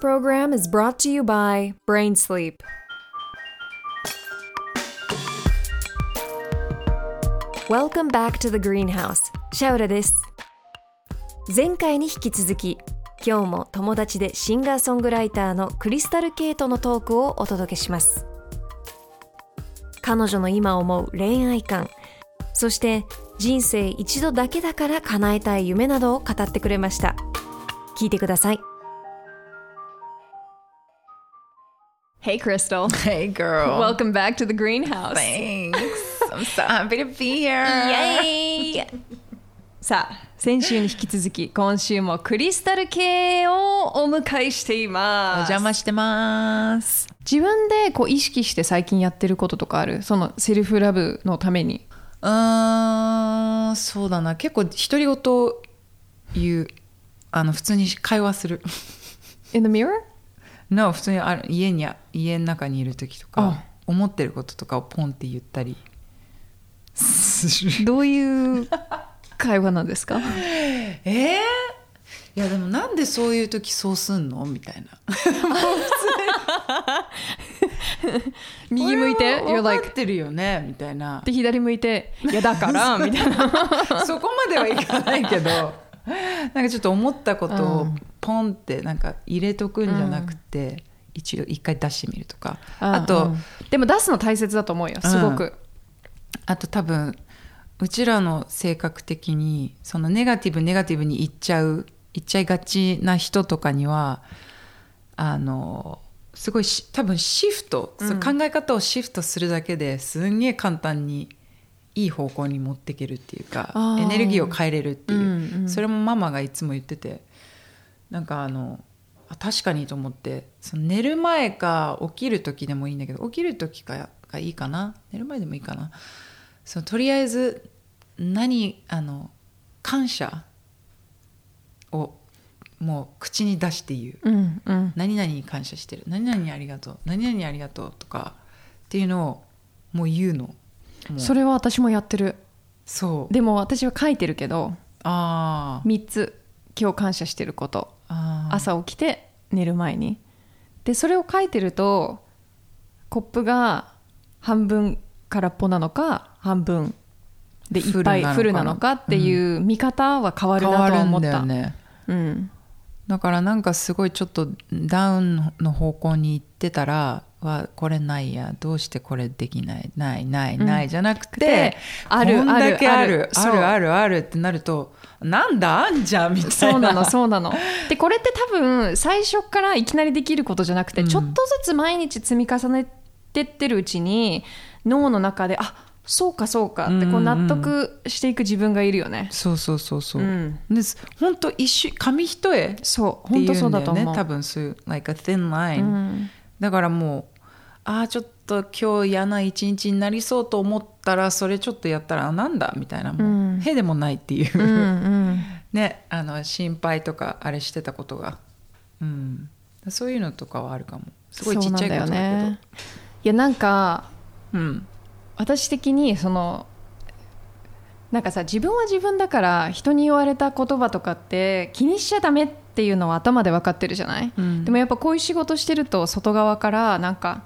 program is brought to you by Brain Sleep. welcome back to the greenhouse シャウラです前回に引き続き今日も友達でシンガーソングライターのクリスタル・ケイトのトークをお届けします彼女の今思う恋愛観そして人生一度だけだから叶えたい夢などを語ってくれました聞いてください Hey Crystal, Hey, girl. welcome back to the greenhouse. Thanks. I'm so happy to be here. イエーイさあ先週に引き続き今週もクリスタル系をお迎えしていおます邪魔してます。自分でこう意識して最近やってることとかあるそのセルフラブのためにうーん、そうだな。結構独り言を言う。あの、普通に会話する。 In the mirror? no, 普通にある家に、家の中にいる時とか、思ってることとかをポンって言ったりする。どういう会話なんですか えー、いや、でもなんでそういう時そうすんのみたいな。右向いてこれ You're は分 like かってるよねみたいな。 で左向いていやだからみたいなそこまではいかないけど なんかちょっと思ったことをポンってなんか入れとくんじゃなくて、一応一回出してみるとか、あと、うんうんでも出すの大切だと思うよすごく、あと多分うちらの性格的にそのネガティブネガティブにいっちゃういっちゃいがちな人とかにはあのすごいし多分シフト、その考え方をシフトするだけですんげえ簡単にいい方向に持っていけるっていうかあーエネルギーを変えれるっていう、うんうんそれもママがいつも言っててなんかあのあ確かにと思ってその寝る前か起きる時でもいいんだけど起きる時かがいいかな寝る前でもいいかなそのとりあえず何あの感謝をもう口に出して言ううんうん何々に感謝してる何々ありがとう何々ありがとうとかっていうのをもう言うのもうそれは私もやってるそうでも私は書いてるけどあー3つ今日感謝してることあー朝起きて寝る前にでそれを書いてるとコップが半分空っぽなのか半分でいっぱいフフルルななののかなかっていう見方は変わる変わなとる思っんだたよねうんだからなんかすごいちょっとダウンの方向に行ってたらはこれないやどうしてこれできないないないない、じゃなくてであるこんだけあるああるあるそうるあるあるってなるとなんだあんじゃんみたいなそう なのそうなのでこれって多分最初からいきなりできることじゃなくて、うんちょっとずつ毎日積み重ねてってるうちに脳の中であそうかそうかってこう納得していく自分がいるよね、そうそうそうそう、うんです本当一瞬紙一重ってそういうん本当そうだと思うよね多分そういう like a thin line、うんだからもうああちょっと今日嫌な一日になりそうと思ったらそれちょっとやったらあなんだみたいなもう、うんへでもないっていう、うんうんねあの心配とかあれしてたことが、うん、そういうのとかはあるかもすごいちっちゃいことだけどそうなんだよねいやなんかうん私的にそのなんかさ自分は自分だから人に言われた言葉とかって気にしちゃダメっていうのは頭で分かってるじゃない、うんでもやっぱこういう仕事してると外側からなんか、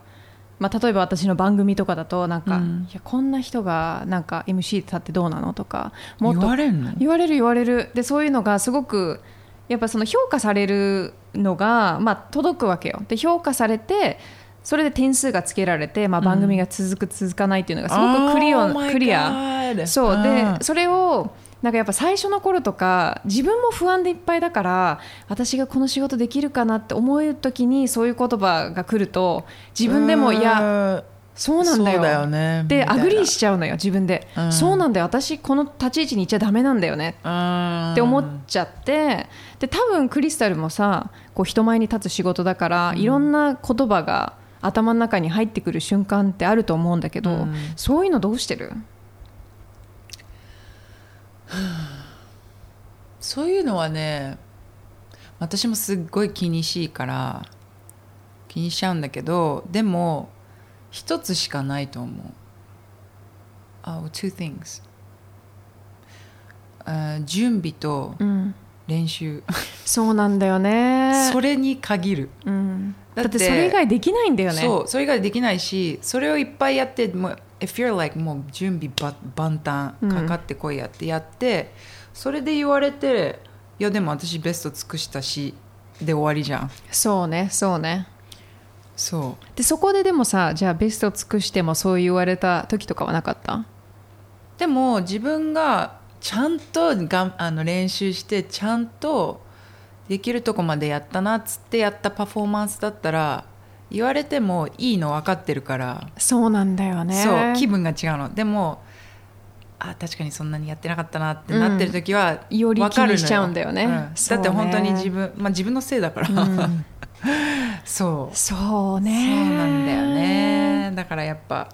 まあ、例えば私の番組とかだとなんか、うんいやこんな人がなんか MC 立ってどうなのとかもっ言とわれんの言われる言われるでそういうのがすごくやっぱその評価されるのが、まあ、届くわけよで評価されてそれで点数がつけられて、まあ、番組が続く、続かないっていうのがすごくクリオ Oh my クリア God そううんでそれをなんかやっぱ最初の頃とか自分も不安でいっぱいだから私がこの仕事できるかなって思う時にそういう言葉が来ると自分でもいややそうなんだよねみでたいなアグリーしちゃうのよ自分で、うんそうなんだよ私この立ち位置にいちゃダメなんだよねうんって思っちゃってで多分クリスタルもさこう人前に立つ仕事だから、いろんな言葉が頭の中に入ってくる瞬間ってあると思うんだけど、うんそういうのどうしてるそういうのはね私もすっごい気にしいから気にしちゃうんだけどでも一つしかないと思う。あ、two things、あ準備とうん練習そうなんだよねそれに限るうん、だだっっててそれ以外できないんだよねそうそれができないしそれをいっぱいやってもう If you're like もう準備ば万端うんかかってこいやってやって、それで言われていやでも私ベスト尽くしたしで終わりじゃんそうねそうねそでそこででもさじゃあベストを尽くしてもそう言われた時とかはなかったうでも自分がちゃんとがんあの練習してちゃんとできるとこまでやったなっつってやったパフォーマンスだったら言われてもいいの分かってるからそうなんだよねそう気分が違うのでもあ確かにそんなにやってなかったなってなってる時は、うんよりわかるの気にしちゃうんだよねそうだねって本当に自分、まあ、自分のせいだから、ん そうそうそうねなんだよねだからやっぱ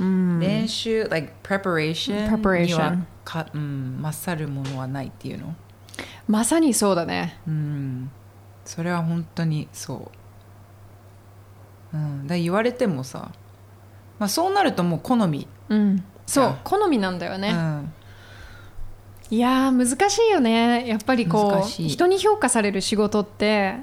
うん練習、like preparation に Preparation はか、うん、勝るものはないっていうのまさにそうだねうんそれは本当にそう、うん、だから言われてもさ、まあ、そうなるともう好み、うんそうんう好みなんだよね、うん、いやー難しいよねやっぱりこ難うしい人に評価される仕事って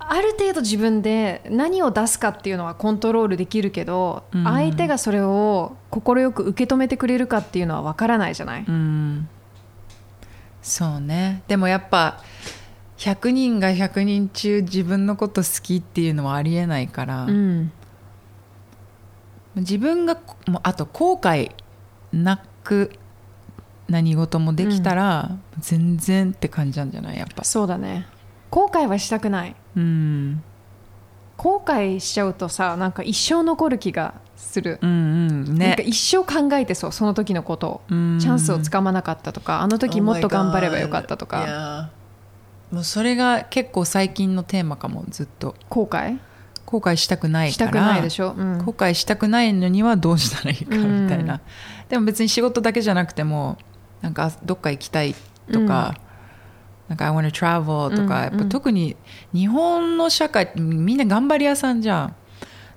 ある程度自分で何を出すかっていうのはコントロールできるけど、うん相手がそれを快く受け止めてくれるかっていうのは分からないじゃない、うんそうねでもやっぱ100人が100人中自分のこと好きっていうのはありえないから、うん自分がもうあと後悔なく何事もできたら全然って感じなんじゃないやっぱそうだね後悔はしたくないうん後悔しちゃうとさなんか一生残る気がする、うんうんなんねか一生考えてそうその時のことを、うんチャンスをつかまなかったとかあの時もっと頑張ればよかったとか、かもうそれが結構最近のテーマかもずっと後悔後悔したくないしかたらくないでしょ、うん後悔したくないのにはどうしたらいいかうんみたいな、でも別に仕事だけじゃなくてもなんかどっか行きたいとか、なんか「I wanna travel」とか、うんやっぱうん特に日本の社会ってみんな頑張り屋さんじゃん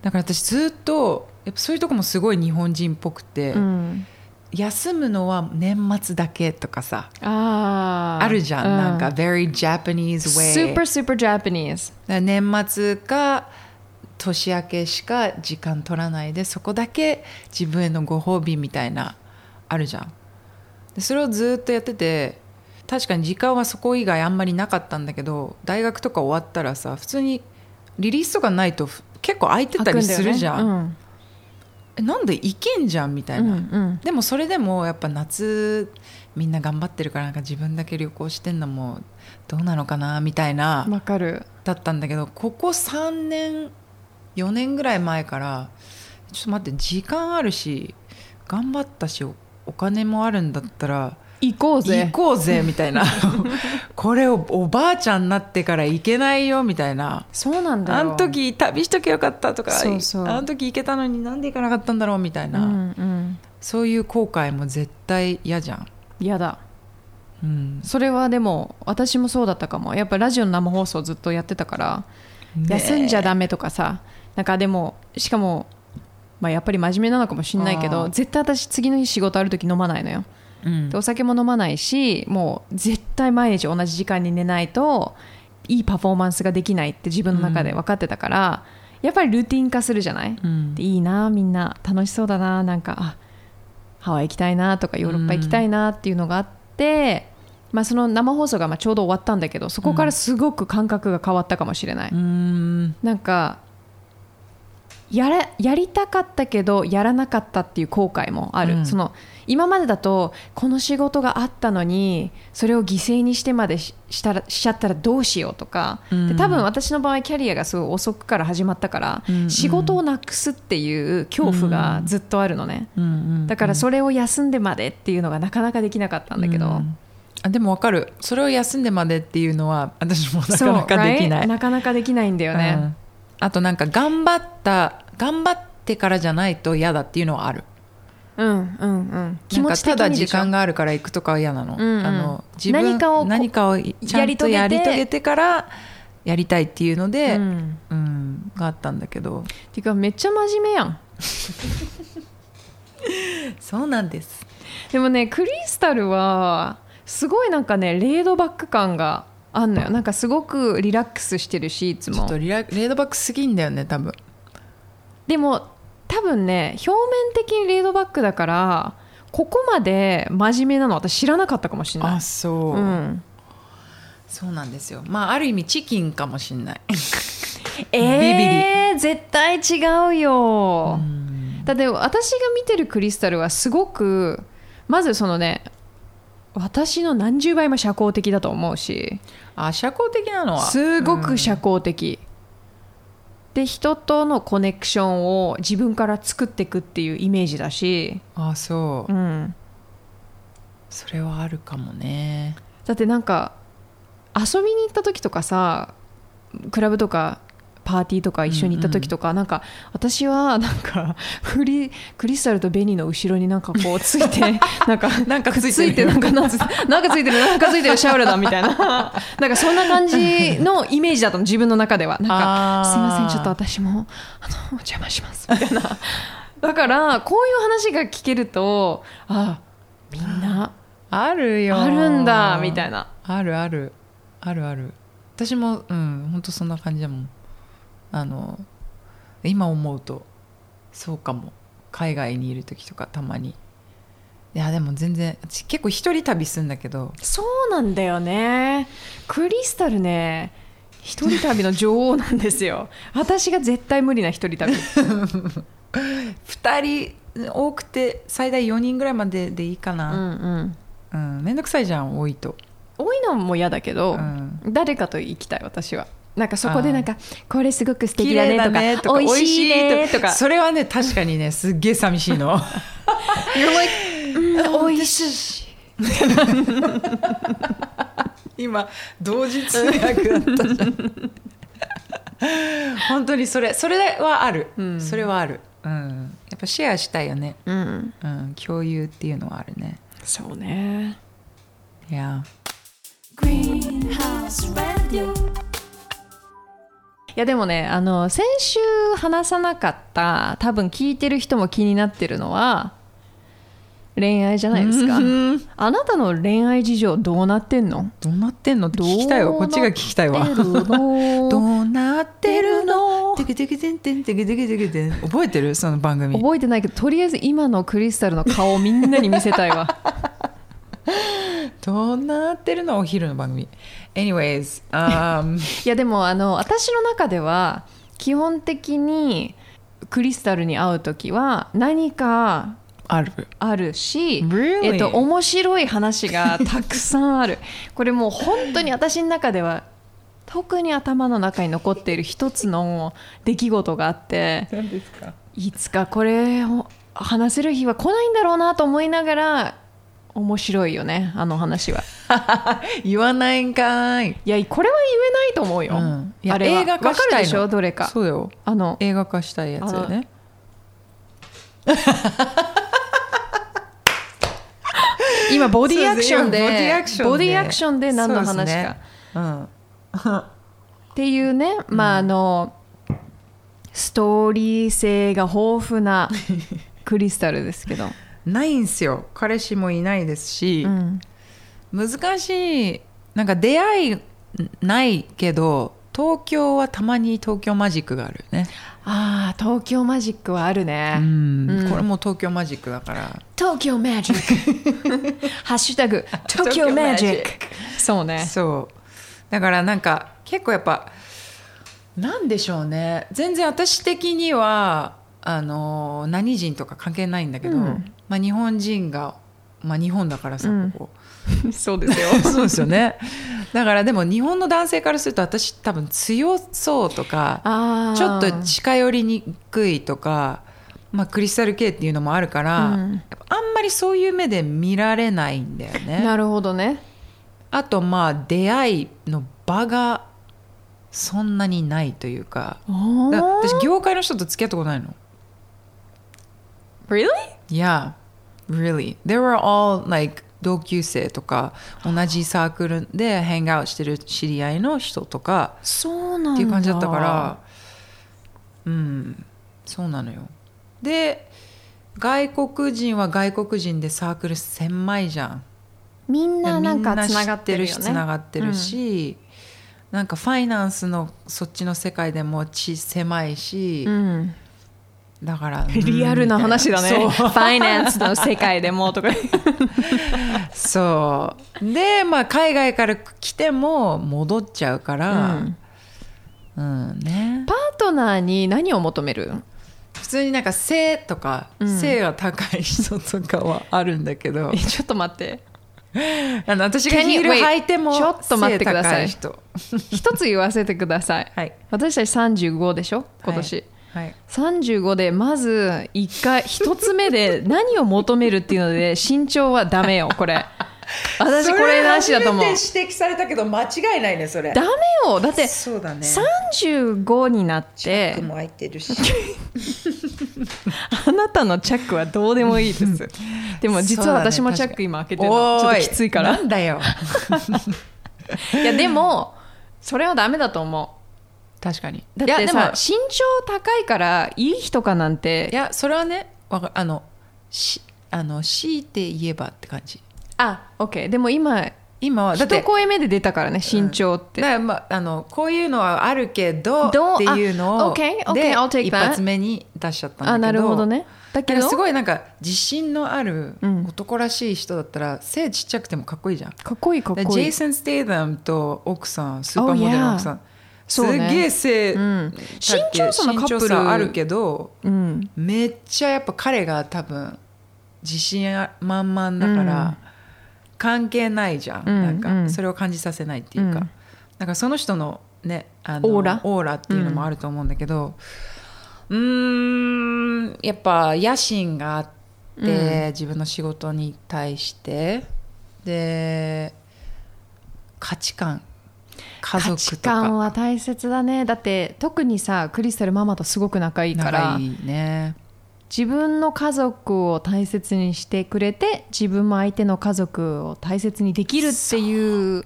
だから私ずっとやっぱそういうとこもすごい日本人っぽくて、うん休むのは年末だけとかさあーあるじゃん、うなんか「very Japanese way」 super super Japanese だから年末か年明けしか時間取らないでそこだけ自分へのご褒美みたいなあるじゃんでそれをずっとやってて確かに時間はそこ以外あんまりなかったんだけど大学とか終わったらさ普通にリリースとかないとふ結構空いてたりするじゃんんえなんでいけんじゃんみたういんな、うんでもそれでもやっぱ夏みんな頑張ってるからなんか自分だけ旅行してんのもどうなのかなみたいな、わかるだったんだけどここ3年4年ぐらい前からちょっと待って時間あるし頑張ったしおお金もあるんだったら行こう行ぜこうぜみた いなこれをおばあちゃんになってから行けないよみたいなそうなんだよあの時旅しときゃよかったとかそうそうあの時行けたのになんで行かなかったんだろうみたいうな、んうんそういう後悔も絶対嫌じゃん、嫌だうんそれはでも私もそうだったかもやっぱラジオの生放送ずっとやってたから休んじゃダメとかさなんかでもしかもまあやっぱり真面目なのかもしんないけあどー絶対私次の日仕事ある時飲まないのようんでお酒も飲まないしもう絶対毎日同じ時間に寝ないといいパフォーマンスができないって自分の中で分かってたから、やっぱりルーティン化するじゃない、うんでいいなみんな楽しそうだななんかあハワイ行きたいなとかヨーロッパ行きたいなっていうのがあって、まあ、その生放送がまあちょうど終わったんだけどそこからすごく感覚が変わったかもしれない、うんなんかやれやりたかったけどやらなかったっていう後悔もある、うんその今までだとこの仕事があったのにそれを犠牲にしてまでししたらしちゃったらどうしようとか、うんで多分私の場合キャリアがすごい遅くから始まったから、うん仕事をなくすっていう恐怖がずっとあるのね、うんうんだからそれを休んでまでっていうのがなかなかできなかったんだけど、うんあでもわかるそれを休んでまでっていうのは私もなそうかなかできない right？なかなかできないんだよね、うんあとなんか頑張った頑張ってからじゃないと嫌だっていうのはあるうん、うんうん気なん持かち的ただに時でしょ間があるから行くとかは嫌なの,、うんうんあの自分何かをこう何かをちゃやんりと遂げてやり遂げてからやりたいっていうので、ううんんがあったんだけどてかめっちゃ真面目やんそうなんですでもねクリスタルはすごいなんかねレードバック感があんのよなんかすごくリラックスしてるしいつちょっもとリラレードバックすぎんだよね多分でも多分ね表面的にレードバックだからここまで真面目なの私知らなかったかもしれないあそう、うん、そうなんですよまあある意味チキンかもしんないえー、絶対違うよ、だって私が見てるクリスタルはすごくまずそのね私の何十倍も社交的だと思うしあ社交的なのはすごく社交的、で人とのコネクションを自分から作っていくっていうイメージだし、あそう、うん、それはあるかもねだってなんか遊びに行った時とかさクラブとかパーティーとか一緒に行った時とか、なんか私はなんかクリクリスタルとベニーの後ろになんかこうついて なんかなんかついてるついてなんかなんつなんかついてるなんかついてるシャウルだみたいななんかそんな感じのイメージだったの自分の中ではなんあかーすいませんちょっと私もあのお邪魔しますみたいなだからこういう話が聞けるとあみんなあるよあるんだみたいななあるあるあるある私もうん本当そんな感じだもんあの今思うとそうかも海外にいる時とかたまにいやでも全然私結構一人旅するんだけどそうなんだよねクリスタルね一人旅の女王なんですよ私が絶対無理な一人旅2人多くて最大4人ぐらいまででいいかうんな、うんめんどくさいじゃん多いと多いのも嫌だけど、うん誰かと行きたい私はなんかそこでなんかこれすごく素敵だね綺麗とか美味しいねとかそれはね確かにねすっげえ寂しいの You're like うん美味しい 今同時通訳だったじゃ ん本当にそれそれはある、んそれはある、うん、やっぱシェアしたいよね、うんうん、共有っていうのはあるねそうねいやいやでもねあの先週話さなかった多分聞いてる人も気になってるのは恋愛じゃないですかあなたの恋愛事情どうなってんのどうなってんのって聞きたいわこっちが聞きたいわど覚うなってる のてけてけてんてんてけてけてけてん覚えてるその番組えてないけどとりあえず今のクリスタルの顔をみんなに見せたい わどうなってるのお昼の番組 anyways、um, いやでもあの私の中では基本的にクリスタルに会う時は何かある あるし、 Really？えっと、面白い話がたくさんある これもう本当に私の中では特に頭の中に残っている一つの出来事があって何ですかいつかこれを話せる日は来ないんだろうなと思いながら面白いよねあの話は言わないんかいいやこれは言えないと思うよ、うんいやあれは映画化したいのわかるでしょどれかそうだよあの映画化したいやつだよね今ボディアクションでそうですねボディアクションでボディアクションで何のそう話か、ですねうんっていうね、まああのストーリー性が豊富 なクリスタルですけど、ないんすよ彼氏もいないですしう、ん難しいなんか出会いないけど東京はたまに東京マジックがあるよね、ああ東京マジックはあるね、うんうんこれもう東京マジックだから東京マ ジックハッシュタグ東京マジックそうねそうだからなんか結構やっぱなんでしょうね全然私的にはあの何人とか関係ないんだけど、うんまあ、日本人が、まあ、日本だからさ、うんここ そうですよ そうですよねだからでも日本の男性からすると私多分強そうとかああちょっと近寄りにくいとか、まあ、クリスタル系っていうのもあるから、うんやっぱあんまりそういう目で見られないんだよね。なるほどねあとまあ出会いの場がそんなにないというかおだー私業界の人と付き合ったことないの Really? Yeah really they were all like 同級生とか同じサークルでヘンガウしてる知り合いの人とかそうなんだっていう感じだったからうんそうなのよで外国人は外国人でサークル狭いじゃんみんななんかみつながってるよ知ねってるしつながってるし、なんかファイナンスのそっちの世界でもち狭いし、うんだ からリアルな話だね。 うんみたいフなァイナンスの世界でもと か。そうそうでまあ海外から来ても戻っちゃうから、うんねパートナーに何を求める普通になんか背とか、うん背が高い人とかはあるんだけど えちょっと待って。あの私が Can you- ヒール wait 履いてもちょっと待ってください背高人一つ言わせてください。はい私たち35でしょ今年。はい35でまず一回一つ目で何を求めるっていうの で身長はダメよこれ私これなしだと思うそれ初めて指摘されたけど間違いないねそれダメよだってそうだね35になっチャてックも開いてるしあなたのチャックはどうでもいいです でも実は私もチャック今開けてるのちょっときついからおーなんだよいやでもそれはダメだと思確かにうだいっやてでもさ身長高いからいい人かなんいてやそれはねわかあのしあの強いて言えばって感じあオッケーでも今今はだっ一て声目で出たからね身長って、だからまああのこういうのはあるけどどうっていうのあを OK OK で I'll take that 一発目に出しちゃったんだけどあなるほどねだけなんどかすごいなんか自信のあるうん男らしい人だったら、背ちっちゃくてもかっこいいじゃんかっこいいかっでこジいェいイソン・ステイダムと奥さんスーパーモデルの奥さん、すそうっねげえ背、うん身長差のカップル身長差あるけどうんめっちゃやっぱ彼が多分自信満々だから、うん関係ないじゃん,、うんなんうかんそれを感じさせないっていうか、うんなんかその人のねあのオーラっていうのもあると思うんだけどうーんやっぱ野心があって、うん自分の仕事に対してで価値観家価族値とか観は大切だねだって特にさクリスタルママとすごく仲いいから仲いいね自分の家族を大切にしてくれて自分も相手の家族を大切にできるっていう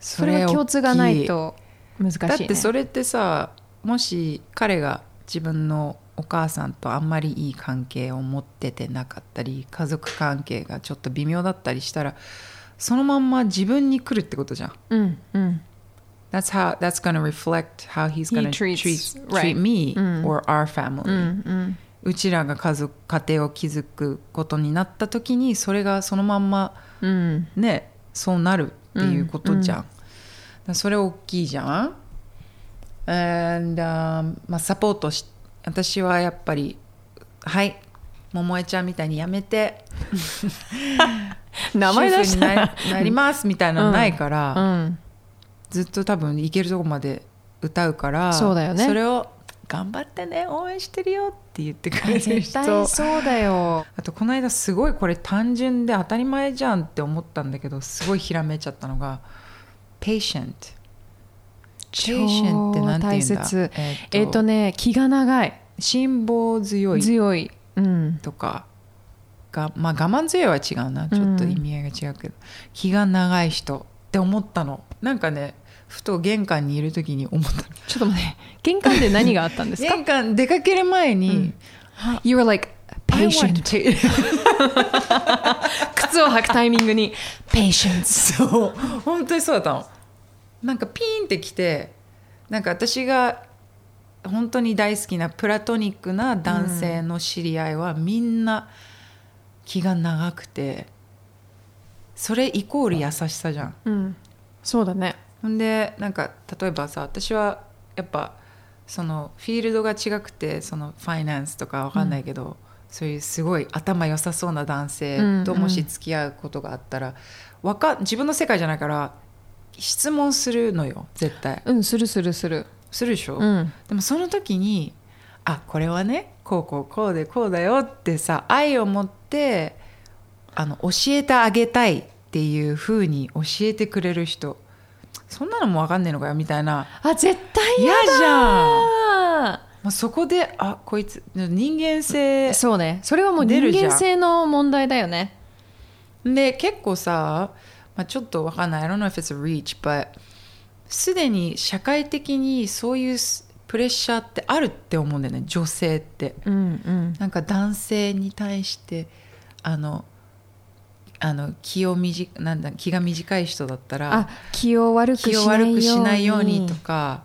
それは共通がないと難しい、ね、だってそれってさもし彼が自分のお母さんとあんまりいい関係を持っててなかったり家族関係がちょっと微妙だったりしたらそのまんま自分に来るってことじゃん。うんうん、 That's how that's gonna reflect how he's gonna He treats- treat, right. treat me うん or our うん family、うんうちらが家族家庭を築くことになった時にそれがそのまんまうんねそうなるっていうことじゃん、だからそれ大きいじゃん And、um, まあ、サポートし私はやっぱりはい桃江ちゃんみたいにやめて名前出し主婦たにならりなりますみたいなのないから、うんずっと多分いけるとこまで歌うからそうだよねそれを頑張ってね応援してるよって言ってくれて絶る 人対そうだよあとこの間すごいこれ単純で当たり前じゃんって思ったんだけどすごいひらめいちゃったのが「patient」「patient」ってなんて言うんだ超大切えっ、えっ、ととね気が長い辛抱強い強い、うん、とかがまあ我慢強いは違うなちょっと意味合いが違うけど、気が長い人って思ったのなんかねふと玄関にいる時に思ったのちょっと待って玄関で何があったんですか玄関出かける前に「 You were like I want patient to 靴を履くタイミングに patience そう本当にそうだったのなんかピーンってきてなんか私が本当に大好きなプラトニックな男性の知り合いはみんな気が長くてそれイコール優しさじゃんうんそうだねほんでなんか例えばさ私はやっぱそのフィールドが違くてそのファイナンスとかわかんないけど、そういうすごい頭良さそうな男性とうんもし付き合うことがあったら、わか自分の世界じゃないから質問するのよ絶対うんするするするするでしょ、うんでもその時にあこれはねこうこうこうでこうだよってさ愛を持ってあの教えてあげたいっていう風に教えてくれる人そんなのも分かんねえのかよみたいなあ絶対嫌嫌だじゃんゃもうそこであこいつ人間性そうねそれはもう人出るじゃ間ん性の問題だよねで結構さ、まあ、ちょっとわかんない I don't know if it's a reach but すでに社会的にそういうプレッシャーってあるって思うんだよね女性って。うんうんなんか男性に対してあのあの気をみじなんだ気が短い人だったらあ気を悪くし気をないよう悪くにしないようにとか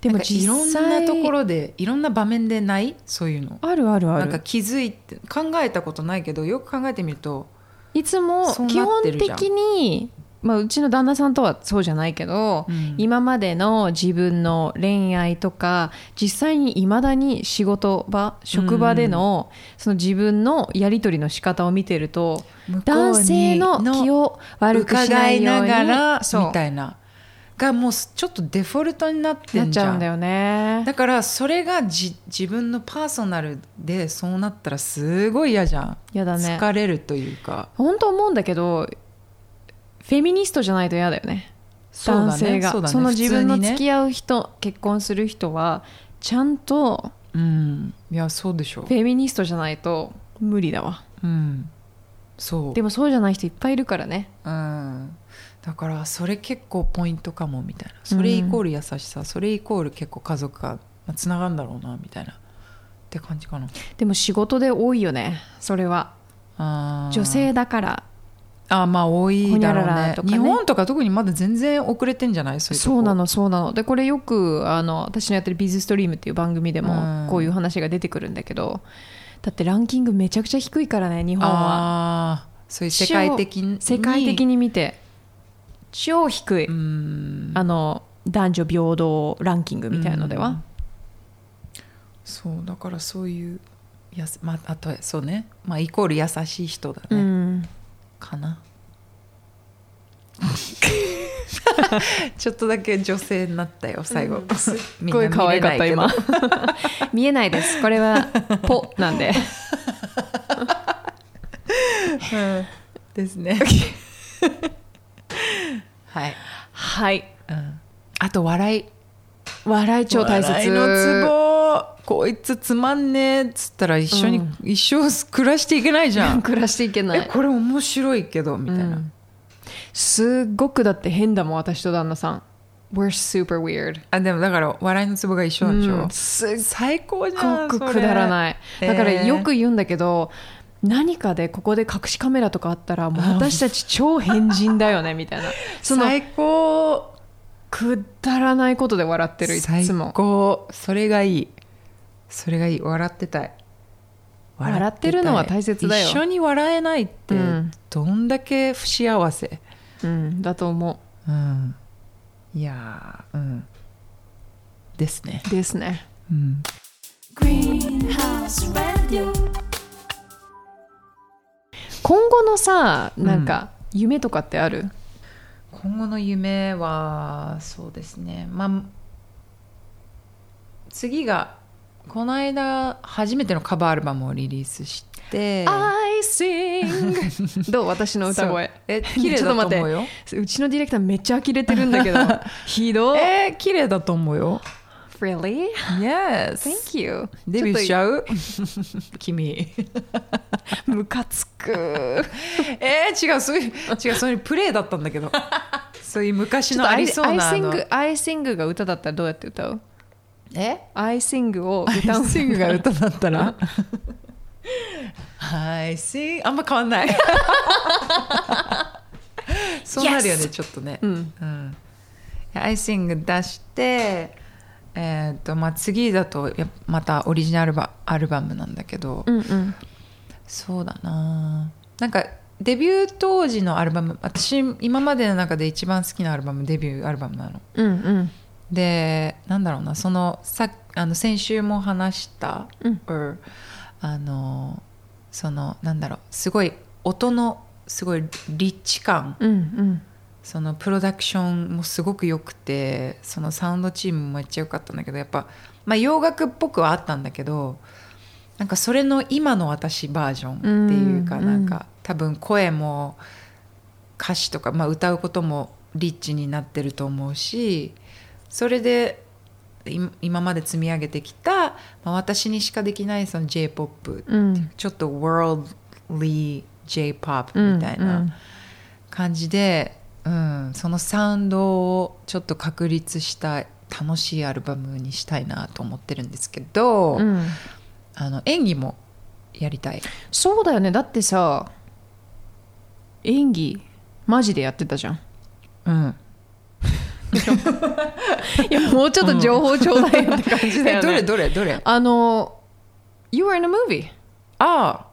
でもなんかいろん実な際ところでいろんな場面でないそういうのあるあるあなんるか気づいて考えたことないけどよく考えてみるといつもそう基なっ本てるじゃん的にまあ、うちの旦那さんとはそうじゃないけど、うん今までの自分の恋愛とか実際にいまだに仕事場職場での,、その自分のやり取りの仕方を見てると向こうに男性の気を悪くし伺ないいようなにがらそうみたいながもうちょっとデフォルトになってなんっじちゃんゃうんだよねだからそれがじ自分のパーソナルでそうなったらすごい嫌じゃんやだね疲れるというか本当思うんだけどフェミニストじゃないと嫌だよねそうだね男性がそそ,、うだねの自分普通のにね付き合う人、結婚する人はちゃんとうんいやそうでしょフェミニストじゃないと無理だわう、うん、そうでもそうじゃない人いっぱいいるからねうん、だからそれ結構ポイントかもみたいなそれイコール優しさ、それイコール結構家族がつながるんだろうなみたいなって感じかなでも仕事で多いよねそれはあー女性だからあーまあ多いだろうほにゃらねらとかね日本とか特にまだ全然遅れてんじゃないそういうとこそうなのそうなのでこれよくあの私のやってる「ビズストリームっていう番組でうんもこういう話が出てくるんだけどだってランキングめちゃくちゃ低いからね日本はああそういう世界的に世界的に見て超低い、うんあの男女平等ランキングみたいのでは、うんそうだからそういうやす、まあ、あとはそうね、まあ、イコール優しい人だね、うんかな ちょっとだけ女性になったよ最後、すっすっごい可愛かった今 見えないですこれはポなんでです ねはい、はいうん、あと笑い笑い超大切笑いのツボこいつつまんねえっつったら一緒に、うん一生暮らしていけないじゃん暮らしていけなえいこれ面白いけどみたいな、うんすっごくだって変だもん私と旦那さん We're super weird あでもだから笑いのツボが一緒なんでしょ、うんすっ最高じゃごんくくだらいないそれだからえーよく言うんだけど、何かでここで隠しカメラとかあったらもう私たち超変人だよねみた いなその最高くだらないことで笑ってるい最つも高それがいいそれがいい笑ってたい笑ってるのは大切だよ一緒に笑えないってうんどんだけ不幸せうんだと思うんいやーうんですねうですねうん今後のさなんか夢とかってある、今後の夢はそうですねまあ次がこの間初めてのカバーアルバムをリリースしてあ I sing どう私の歌声 え綺麗だと思うようちのディレクターめっちゃ呆れてるんだけどひどいえー、綺麗だと思うよ Really? Yes Thank you デビューしちうゃう 君ムカつくえー、違うそういう違うそういうプレイだったんだけど そういう昔ちょっのとあアりイそうなアイあシンのグアイシングが歌だったらどうやって歌うえアイシングを歌ダうンシングが歌だったら はい、シンあんま変わんない そうなるよね、 Yes！ちょっとね、うんうんアイシング出してえーっとまあ次だとやっぱまたオリジナルバアルバムなんだけど、うんうんそうだななんかデビュー当時のアルバム私今までの中で一番好きなアルバムデビューアルバムなのうんうんでなんだろうなそのさあの先週も話した、うんうんあのそのなんだろうすごい音のすごいリッチ感うんうんそのプロダクションもすごく良くてそのサウンドチームもめっちゃ良かったんだけどやっぱ、まあ、洋楽っぽくはあったんだけどなんかそれの今の私バージョンっていうか、うんなんか多分声も歌詞とか、まあ、歌うこともリッチになってると思うしそれでい今まで積み上げてきた、まあ、私にしかできないその j p o p うんちょっと worldly j p o p みたいな。感じで、うん、そのサウンドをちょっと確立した楽しいアルバムにしたいなと思ってるんですけど、うんうんあの演技もやりたいそうだよねだってさ演技マジでやってたじ ゃんうんいやもうちょっと情報ちょうだいよって感じだえ よねどれどれどれあの You were in a movie あ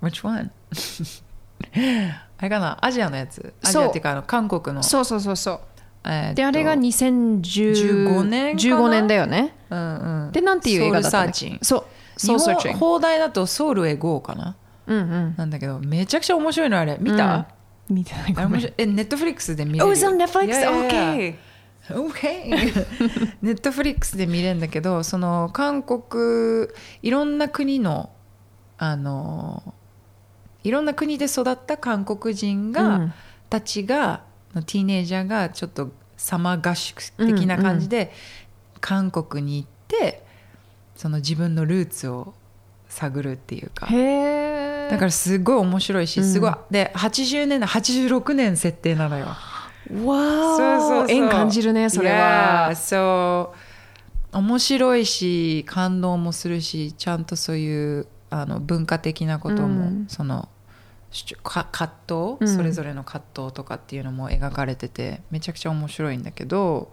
あ Which one? あれかなアジアのやつアジそうアっていうかあの韓国のそうそうそうそうえーっとであれが2015 15年かな15年だよねうんうんでなんていう映画だったソウんルだサーチンそうソウルサーチ日ン本放題だとソウルへ GO かなうんうんなんだけどめちゃくちゃ面白いのあれ見た、見てないあれ面白いえネットフリックスで見れる Oh, it's on Netflix? いやいやいや Okay. OK ネットフリックスで見れるんだけどその韓国いろんな国のあのいろんな国で育った韓国人が、うんたちがのティーネイジャーがちょっとサマー合宿的な感じで、韓国に行ってその自分のルーツを探るっていうかへえだからすごい面白いしすごい、で80年代86年設定なのよ。わそそうそううそう縁感じるねそれは Yeah, そう面白いし感動もするしちゃんとそういうあの文化的なことも、うんその主張か葛うん藤それぞれの葛藤とかっていうのも描かれてて、めちゃくちゃ面白いんだけど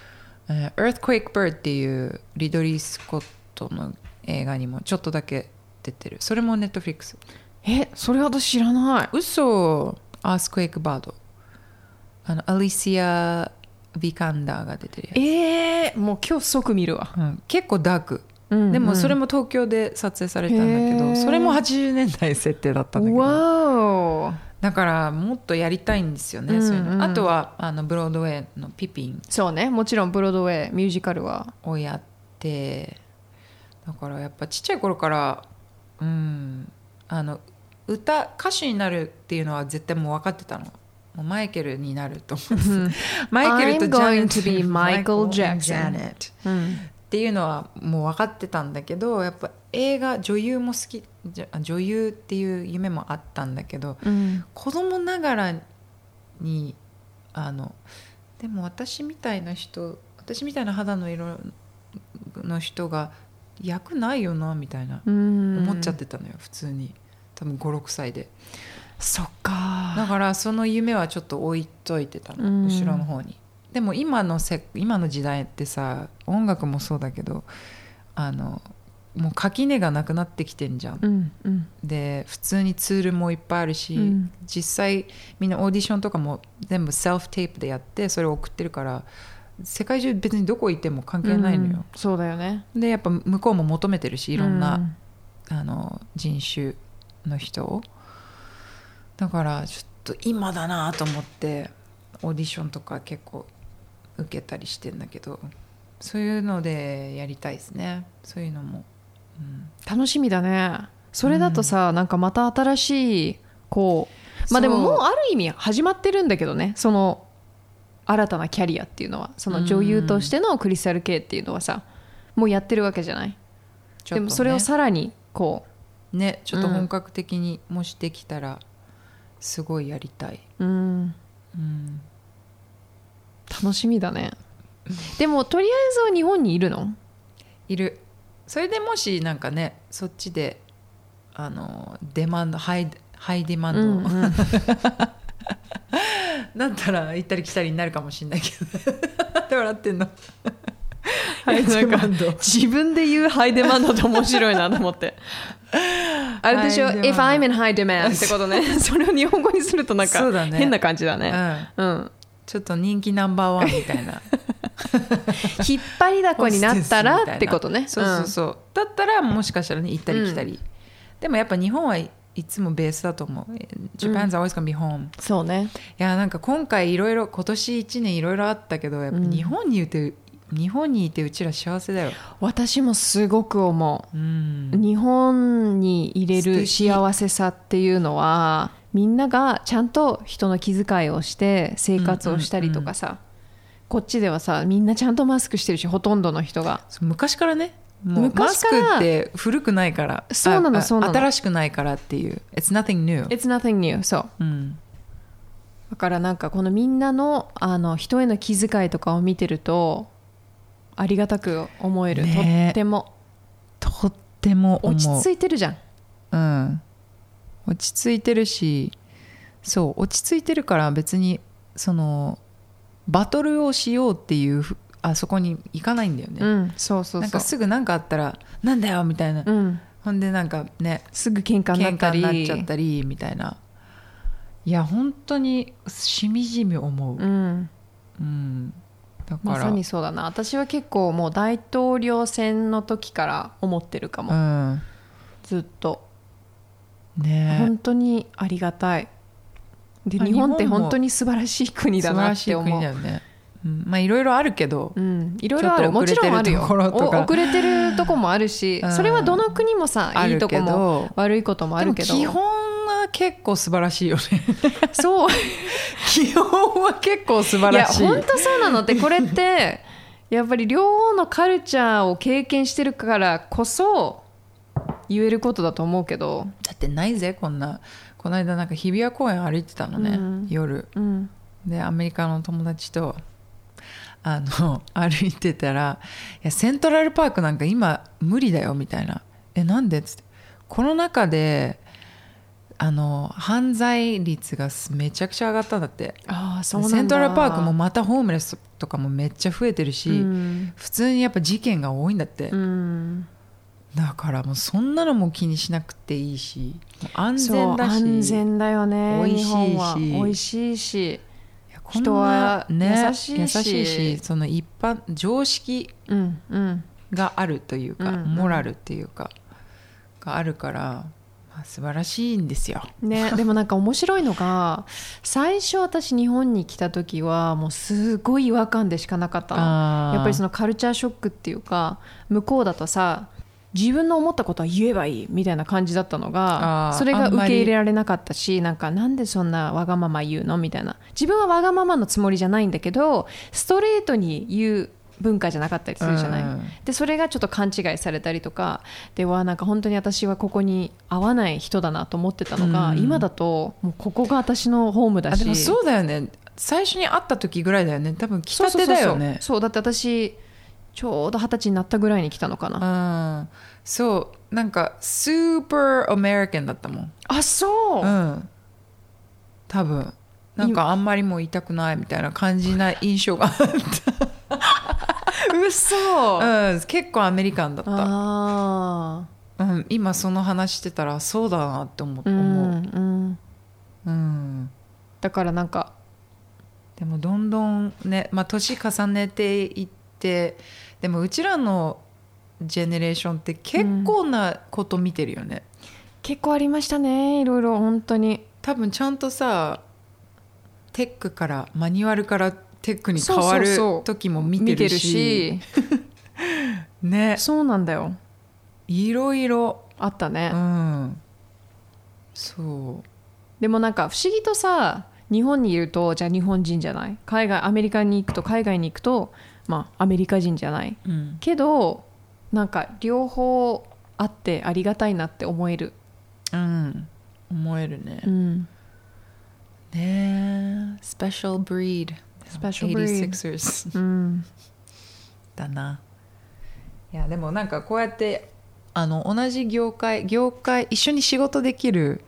「えー Earthquake Bird」っていうリドリー・スコットの映画にもちょっとだけ出てるそれもネットフリックスえそれ私知らない嘘アースクエイクバードあのアリシア・ヴィカンダーが出てるやつえー、もう今日即見るわ、うん結構ダーク、うんでもそれも東京で撮影されたんだけど、へーそれも80年代設定だったんだけどわーだからもっとやりたいんですよね、うんそういううんのあとはあのブロードウェイの「ピピンそうねもちろんブロードウェイミュージカルは」をやってだからやっぱちっちゃい頃からうんあの歌歌手になるっていうのは絶対もう分かってたの。もうマイケルになると思うんです マイケル I'm とジャ going ネット to be Michael Jackson ジャネットうんっていうのはもう分かってたんだけどやっぱ映画女優も好きじゃ女優っていう夢もあったんだけどうん子供ながらにあのでも私みたいな人私みたいな肌の色の人が役ないよなみたいな思っちゃってたのよ、普通に多分56歳でそっかだからその夢はちょっと置いといてたの、うん後ろの方にでも今のせ今の時代ってさ音楽もそうだけどあのもう垣根がなくなってきてんじゃん、うんうんで普通にツールもいっぱいあるし、うん実際みんなオーディションとかも全部セルフテープでやってそれを送ってるから世界中別にどこいても関係ないのよ、うんそうだよねでやっぱ向こうも求めてるしいろんな、うんあの人種の人をだからちょっと今だなと思ってオーディションとか結構受けたりしてんだけどそういうのでやりたいですねそういうのも、うん楽しみだねそれだとさ、なんかまた新しいこうまそあうでももうある意味始まってるんだけどねその新たなキャリアっていうのはその女優としてのクリスタル系っていうのはさもうやってるわけじゃない、ちょでっとねもそれをさらにこねちょっと本格的にもしできたらすごいやりたい、ううんうん、楽しみだねでもとりあえずは日本にいるのいるそれでもしなんかねそっちであのデマンドハイハイデマンド、うんうん なったら行ったり来たりになるかもしれないけど なんで笑ってんのハ イデマンド自分で言うハイデマンドって面白いなと思 ってあれでしょ「ハイデ If マン I'm ド in high demand」ってこと ねそれを日本語にするとなんそかうだね変な感じだうねん、うん、ちょっと人気ナンバーワンみたいな引っ張り だこになったホステスみたいらなってことね。そうそうそう、だったらもしかしたらね行ったり来たり、でもやっぱ日本はいいつもベースだと思う Japan's always gonna be home、いうんそうね。やなんか今回いろいろ今年1年いろいろあったけどやっぱ日本にいて、日本にいてうちら幸せだよ私もすごく思うう。ん日本に入れる素敵幸せさっていうのはみんながちゃんと人の気遣いをして生活をしたりとかさ、こっちではさみんなちゃんとマスクしてるしほとんどの人がそう昔からねもうマ昔スからクって古くないからそうなのああそうなの新しくないからっていう It's nothing new、 「It's nothing new」そううん、だからなんかこのみんなのあの人への気遣いとかを見てるとありがたく思える、ねとってもとっても思う落ち着いてるじゃんうん、落ち着いてるしそう落ち着いてるから別にそのバトルをしようっていうふあそこに行かないんだよね、うん、そうそうそうなんかすぐ何かあったら「なんだよ」みたいな、うん、ほんでなんかねすぐ喧嘩にな喧った嘩りになっちゃったりみたいないや本当にしみじみ思う、うんうん、だから、まさにそうだな私は結構もう大統領選の時から思ってるかも、ずっとうんね本当にありがたいでまあ日本って日本も本当に素晴らしい国素だ晴ならっしいて思国だうよね、うんまあいろいろあるけど、うん、いろいろあるちょもっとちろんあるよ遅れてるところとかお遅れてるとこもあるし、うんそれはどの国もさあいいるとこけもど悪いこともあるけどでも基本は結構素晴らしいよね そう基本は結構素晴らしいいや本当そうなのってこれってやっぱり両方のカルチャーを経験してるからこそ言えることだと思うけど、だってないぜこんなこの間なんか日比谷公園歩いてたのね、うん夜うんでアメリカの友達とあの 歩いてたらいやセントラルパークなんか今無理だよみたいな「えなんで?」っつってコロナ禍であの犯罪率がすめちゃくちゃ上がったんだってああそセントラルパークもまたホームレスとかもめっちゃ増えてるし、うん普通にやっぱ事件が多いんだって、うんだからもうそんなのも気にしなくていいしもう安そ全うだし安全だよね美味しいし日本は美味しいし、いやこんな人はね優しいし優しいしその一般常識うんうん、があるというか、うんうんモラルっていうかがあるから、まあ、素晴らしいんですよ。ね、 でもなんか面白いのが最初私日本に来た時はもうすごい違和感でしかなかったのややっぱりそののカルチャーショックっていうか向こうだとさ自分の思ったことは言えばいいみたいな感じだったのあがーそれあがんま受りけ入れられなかったしなんかなんでそんなわがまま言うのみたいな自分はわがままのつもりじゃないんだけどストレートに言う文化じゃなかったりするじゃない、うんでそれがちょっと勘違いされたりとかではなんか本当に私はここに合わない人だなと思ってたのが、うん今だともうここが私のホームだあしでもそうだよね最初に会った時ぐらいだよね多分来そうたそうてそうだそようね。そうだって私ちょうど二十歳になったぐらいに来たのかなうんそうなんかスーパーアメリカンだったもん。あそうう、ん多分なんかあんまりもう痛くないみたいな感じな印象がうそあ うん、結構アメリカンだっあた、うん、今その話してたらそうだなって思う,、ーうん思ううんうん、だからなんかでもどんどんね、まあ、年重ねていってでもうちらのジェネレーションって結構なこと見てるよね、結構ありましたねいろいろ本当に多分ちゃんとさテックからマニュアルからテックに変わるそうそうそう時も見てるしねそうなんだよいろいろあったね、うんそうでもなんか不思議とさ日本にいるとじゃあ日本人じゃない海外アメリカに行くと海外に行くとまあアメリカ人じゃないうんけどなんか両方あってありがたいなって思える、うん思えるね、ん、ねえ、スペシャルブリード。 Special breed 86ers うん、だな。いや、でもなんかこうやって、あの、同じ業界、業界、一緒に仕事できる、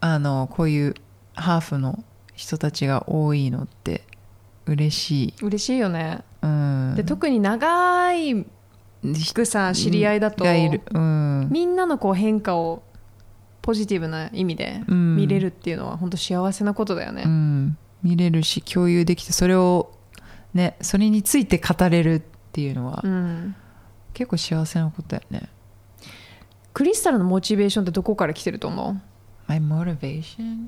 あの、こういうハーフの人たちが多いのって、嬉しい。嬉しいよね、うん。で特に長い人くさ知り合いだとがいる。うん。みんなのこう変化をポジティブな意味でうん見れるっていうのは本当幸せなことだよね、うん、見れるし、共有できて、それを、ね、それについて語れるっていうのは、うん結構幸せなことだよね。クリスタルのモチベーションってどこから来てると思う My motivation?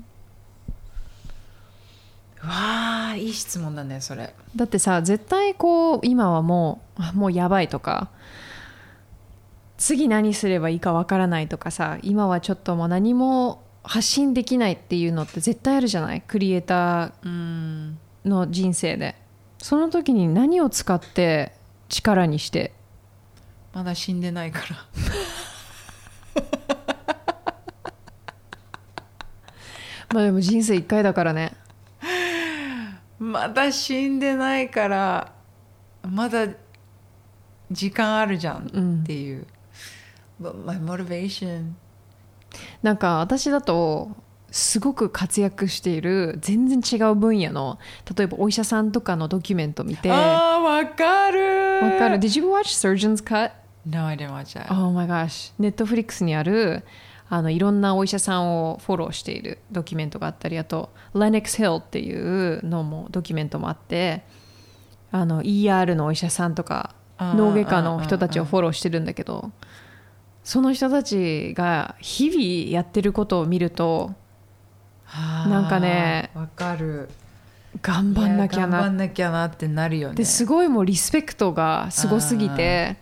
うわあいい質問だねそれだってさ絶対こう今はもうあもうやばいとか次何すればいいかわからないとかさ今はちょっともう何も発信できないっていうのって絶対あるじゃないクリエイタうんーの人生でその時に何を使って力にしてまだ死んでないからまあでも人生一回だからねまだ死んでないからまだ時間あるじゃうんんっていう、But my motivation なんか私だとすごく活躍している全然違う分野の例えばお医者さんとかのドキュメント見てわあーわかるかる Did you watch Surgeon's Cut? No, I didn't watch that. Oh my gosh ネットフリックスにあるあのいろんなお医者さんをフォローしているドキュメントがあったりあと Lennox Hill っていうのもドキュメントもあってあの ER のお医者さんとかあー脳外科の人たちをフォローしてるんだけどその人たちが日々やってることを見るとなんかねあーわかる頑張んなきゃいや頑張なんなきゃなってなるよねですごいもうリスペクトがすごすぎて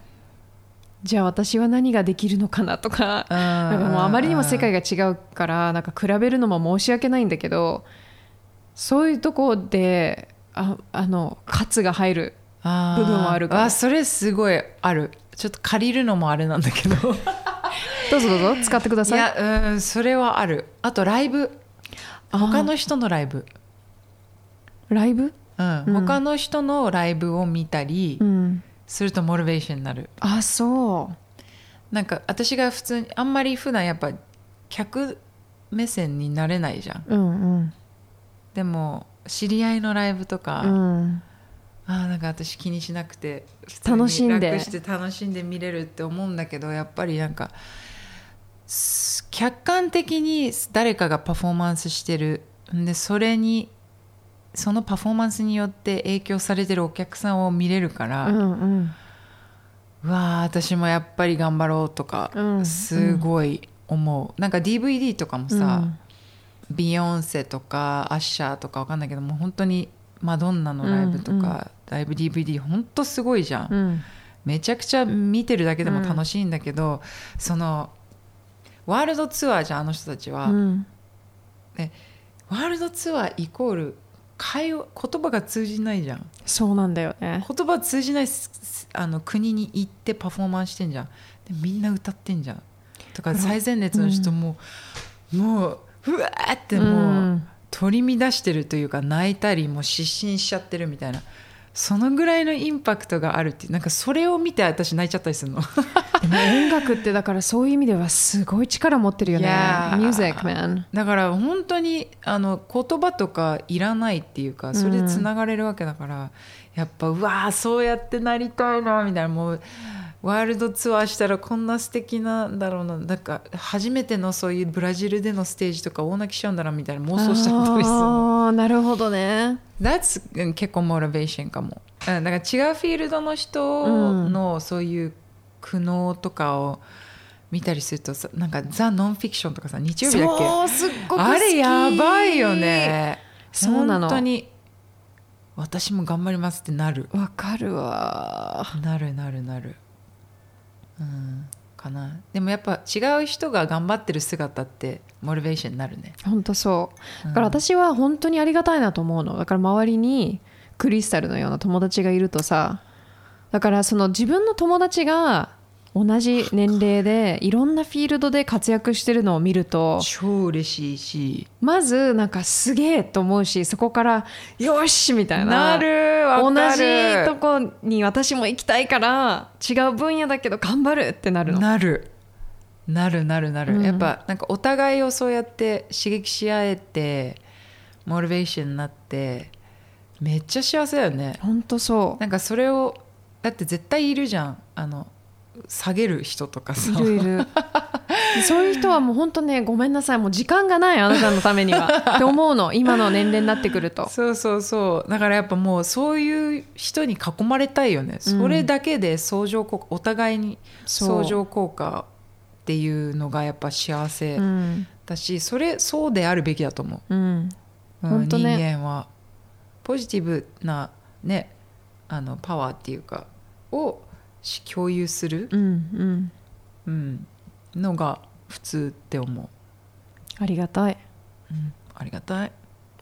じゃあ私は何ができるのかなとかうんなんかもうあまりにも世界が違うからなんか比べるのも申し訳ないんだけどそういうとこでああの喝が入るあー部分はあるかもあそれすごいあるちょっと借りるのもあれなんだ けどどうぞどうぞ使ってくだいさいやうんそれはあるあとライブあー他の人のライブライブ、うん、うん他の人のライブを見たりうん、するとモチベーションになるあそうなんか私が普通にあんまり普段やっぱ客目線になれないじゃんうんでも知り合いのライブとか、うんうんあーなんか私気にしなくて普通に楽しんで楽して楽しんで見れるって思うんだけどやっぱりなんかす客観的に誰かがパフォーマンスしてるんでそれにそのパフォーマンスによって影響されてるお客さんを見れるから、ううんうんわー私もやっぱり頑張ろうとか、うんすごい思うなんか DVD とかもさ、ビヨンセとかアッシャーとかわかんないけどもう本当にマドンナのライブとか、うんうんライブ DVD 本当すごいじゃん、うんめちゃくちゃ見てるだけでも楽しいんだけど、そのワールドツアーじゃんあの人たちは、うんワールドツアーイコール会話言葉が通じないじゃんそうなんだよね言葉通じないすすあの国に行ってパフォーマンスしてんじゃんでみんな歌ってんじゃんとか最前列の人も、もううわーってもう、うん取り乱してるというか泣いたりもう失神しちゃってるみたいなそのぐらいのインパクトがあるっていうなんかそれを見て私泣いちゃったりするのでも音楽ってだからそういう意味ではすごい力持ってるよね Yeah. ミュージックマンだから本当にあの言葉とかいらないっていうかそれでつながれるわけだから、やっぱうわーそうやってなりたいなみたいなもうワールドツアーしたらこんな素敵なんだろうななんか初めてのそういうブラジルでのステージとか大泣きしちゃうんだなみたいな妄想しちゃったりするの。あーなるほどね That's うん結構モチベーションかも。うんだから違うフィールドの人のそういう苦悩とかを見たりするとさなんかザ・ノンフィクションとかさ日曜日だっけそうすっごく好きあれやばいよねそうなの本当に私も頑張りますってなるわかるわなるなるなるうんかなでもやっぱ違う人が頑張ってる姿ってモチベーションになるね本当そううだんから私は本当にありがたいなと思うのだから周りにクリスタルのような友達がいるとさだからその自分の友達が同じ年齢でいろんなフィールドで活躍してるのを見ると超嬉しいしまずなんかすげえと思うしそこからよしみたいなる同わかじるとこに私も行きたいから違う分野だけど頑張るってなるのなるなるなるなる、うんやっぱなんかお互いをそうやって刺激し合えてモチベーションになってめっちゃ幸せだよね本当そなんかそれをだって絶対いるじゃんあの下げる人とかうさいるいるそういう人はもう本当ねごめんなさいもう時間がないあなたのためにはって思うの今の年齢になってくると そうそうそうだからやっぱもうそういう人に囲まれたいよね、それだけで相乗効果お互いにそう相乗効果っていうのがやっぱ幸せうんだし、それそうであるべきだと思ううんうん本当ね人間はポジティブなねあのパワーっていうかをし共有する、うんうんうん、のが普通って思う、ありがたいうん、ありがたい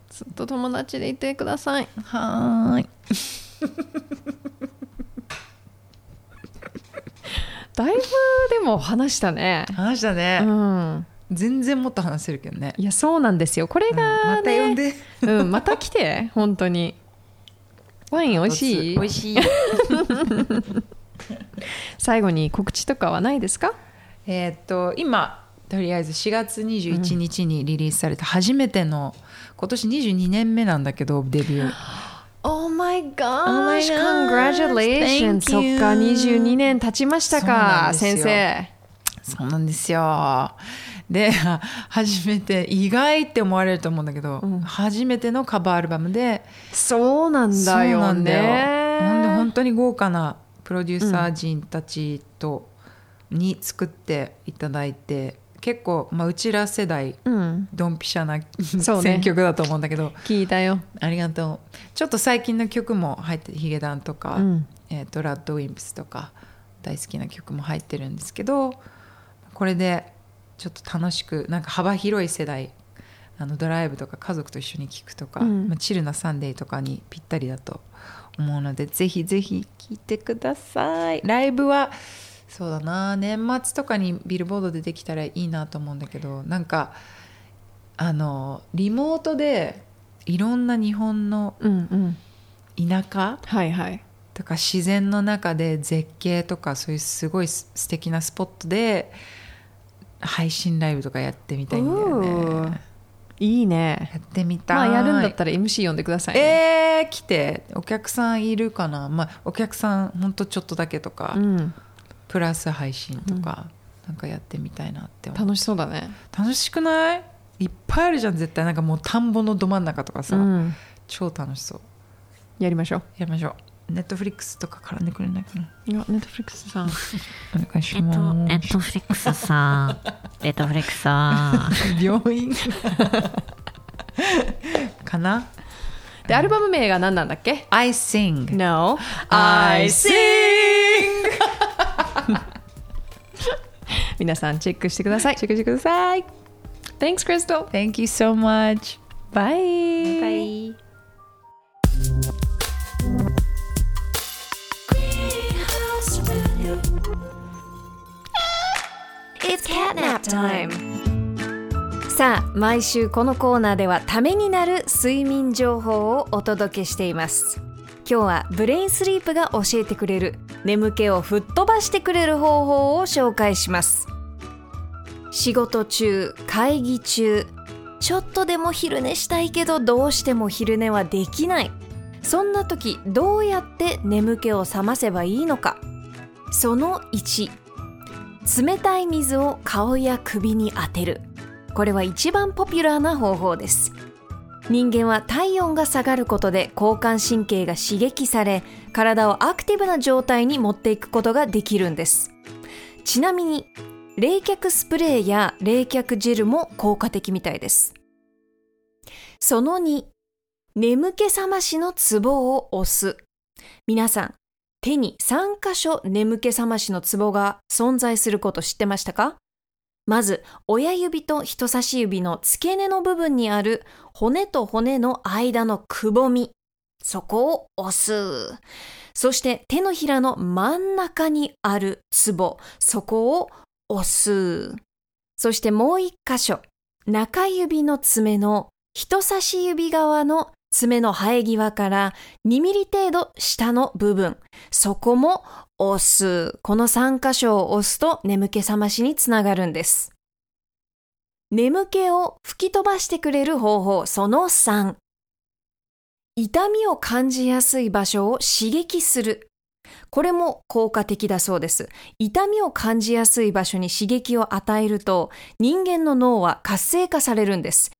ずっと友達でいてくださいはーいだいぶでも話したね話したねう、ん全然もっと話せるけどね、いやそうなんですよこれうんまが、ねた呼んでうん、また来て、本当に。ワイン美味しい美味しい最後に告知とかはないですかえーっと今とりあえず4月21日にリリースされた初めての、今年22年目なんだけどデビュー Oh my gosh! gosh, congratulations! そっか、22年経ちましたそうなかん、ですよ先生。そうなんですよで初めて意外って思われると思うんだけど、初めてのカバーアルバムでそうなんだそうなよんだよね。なんで本当に豪華なプロデューサー陣たちと、に作っていただいて結構、まあ、うちら世代うん、ドンピシャな、そうね選曲だと思うんだけど聞いたよ。ありがとうちょっと最近の曲も入ってヒゲダンとか、うんえーとラッドウィンプスとか大好きな曲も入ってるんですけどこれでちょっと楽しくなんか幅広い世代あのドライブとか家族と一緒に聴くとか、うんまあ、チルなサンデーとかにぴったりだと思うのでぜひぜひ聴いてくださいライブはそうだな年末とかにビルボードでできたらいいなと思うんだけどなんかあのリモートでいろんな日本のうんうん。田舎はいはい。とか自然の中で絶景とかそういうすごいす素敵なスポットで配信ライブとかやってみたいんだよおーねいいね。やってみたいまあ、やるんだったら MC 呼んでくださいね。えー、来てお客さんいるかな、まあ、お客さんほんとちょっとだけとか、うん、プラス配信とか、なんかやってみたいなって思う楽しそうだね。楽しくないいっぱいあるじゃん絶対なんかもう田んぼのど真ん中とかさ、うん、超楽しそうやりましょう。やりましょうネットフリックスとか絡んでくれないかないや、ネットフリックスさん。お願いしえっますと、ネットフリックス さん、ネットフリックスさん、病院かなで、アルバム名が何なんだっけ I sing ?No, sing 皆さんチェックしてください。チェックしてください。Thanks, Crystal! Thank you so much Bye Bye さあ毎週このコーナーではためになる睡眠情報をお届けしています今日はブレインスリープが教えてくれる眠気を吹っ飛ばしてくれる方法を紹介します仕事中会議中ちょっとでも昼寝したいけどどうしても昼寝はできないそんな時どうやって眠気を覚ませばいいのかその1冷たい水を顔や首に当てるこれは一番ポピュラーな方法です人間は体温が下がることで交感神経が刺激され体をアクティブな状態に持っていくことができるんですちなみに冷却スプレーや冷却ジェルも効果的みたいですその2眠気覚ましのツボを押す皆さん手に3箇所眠気覚ましのツボが存在すること知ってましたかまず親指と人差し指の付け根の部分にある骨と骨の間のくぼみそこを押すそして手のひらの真ん中にあるツボそこを押すそしてもう一箇所中指の爪の人差し指側の爪の生え際から2ミリ程度下の部分そこも押す。この3箇所を押すと眠気覚ましにつながるんです。眠気を吹き飛ばしてくれる方法、その3。痛みを感じやすい場所を刺激する。これも効果的だそうです。痛みを感じやすい場所に刺激を与えると、人間の脳は活性化されるんです。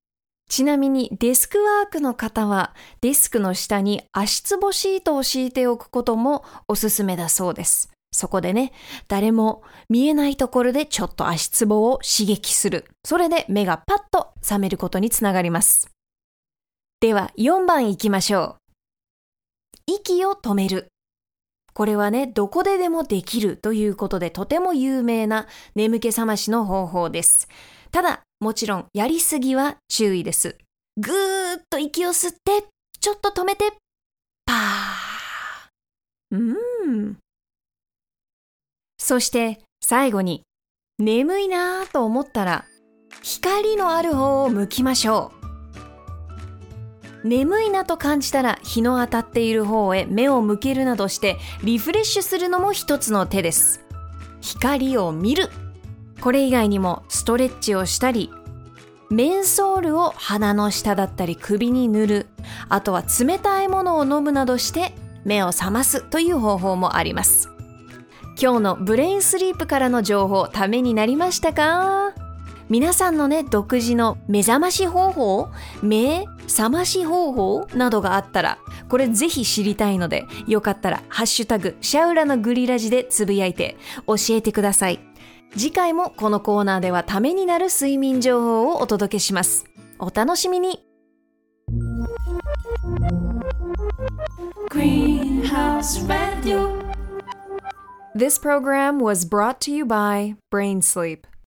ちなみにデスクワークの方はデスクの下に足つぼシートを敷いておくこともおすすめだそうです。そこでね、誰も見えないところでちょっと足つぼを刺激する。それで目がパッと覚めることにつながります。では4番行きましょう。息を止める。これはね、どこででもできるということでとても有名な眠気覚ましの方法です。ただ、もちろんやりすぎは注意です。ぐーっと息を吸って、ちょっと止めて、パー。うーん。そして最後に、眠いなぁと思ったら、光のある方を向きましょう。眠いなと感じたら日の当たっている方へ目を向けるなどしてリフレッシュするのも一つの手です。光を見る。これ以外にもストレッチをしたりメンソールを鼻の下だったり首に塗るあとは冷たいものを飲むなどして目を覚ますという方法もあります今日のブレインスリープからの情報ためになりましたか皆さんのね独自の目覚まし方法目覚まし方法などがあったらこれぜひ知りたいのでよかったら「ハッシュタグシャウラのグリラジ」でつぶやいて教えてください次回もこのコーナーではためになる睡眠情報をお届けしますお楽しみに Greenhouse Radio. This program was brought to you by Brain Sleep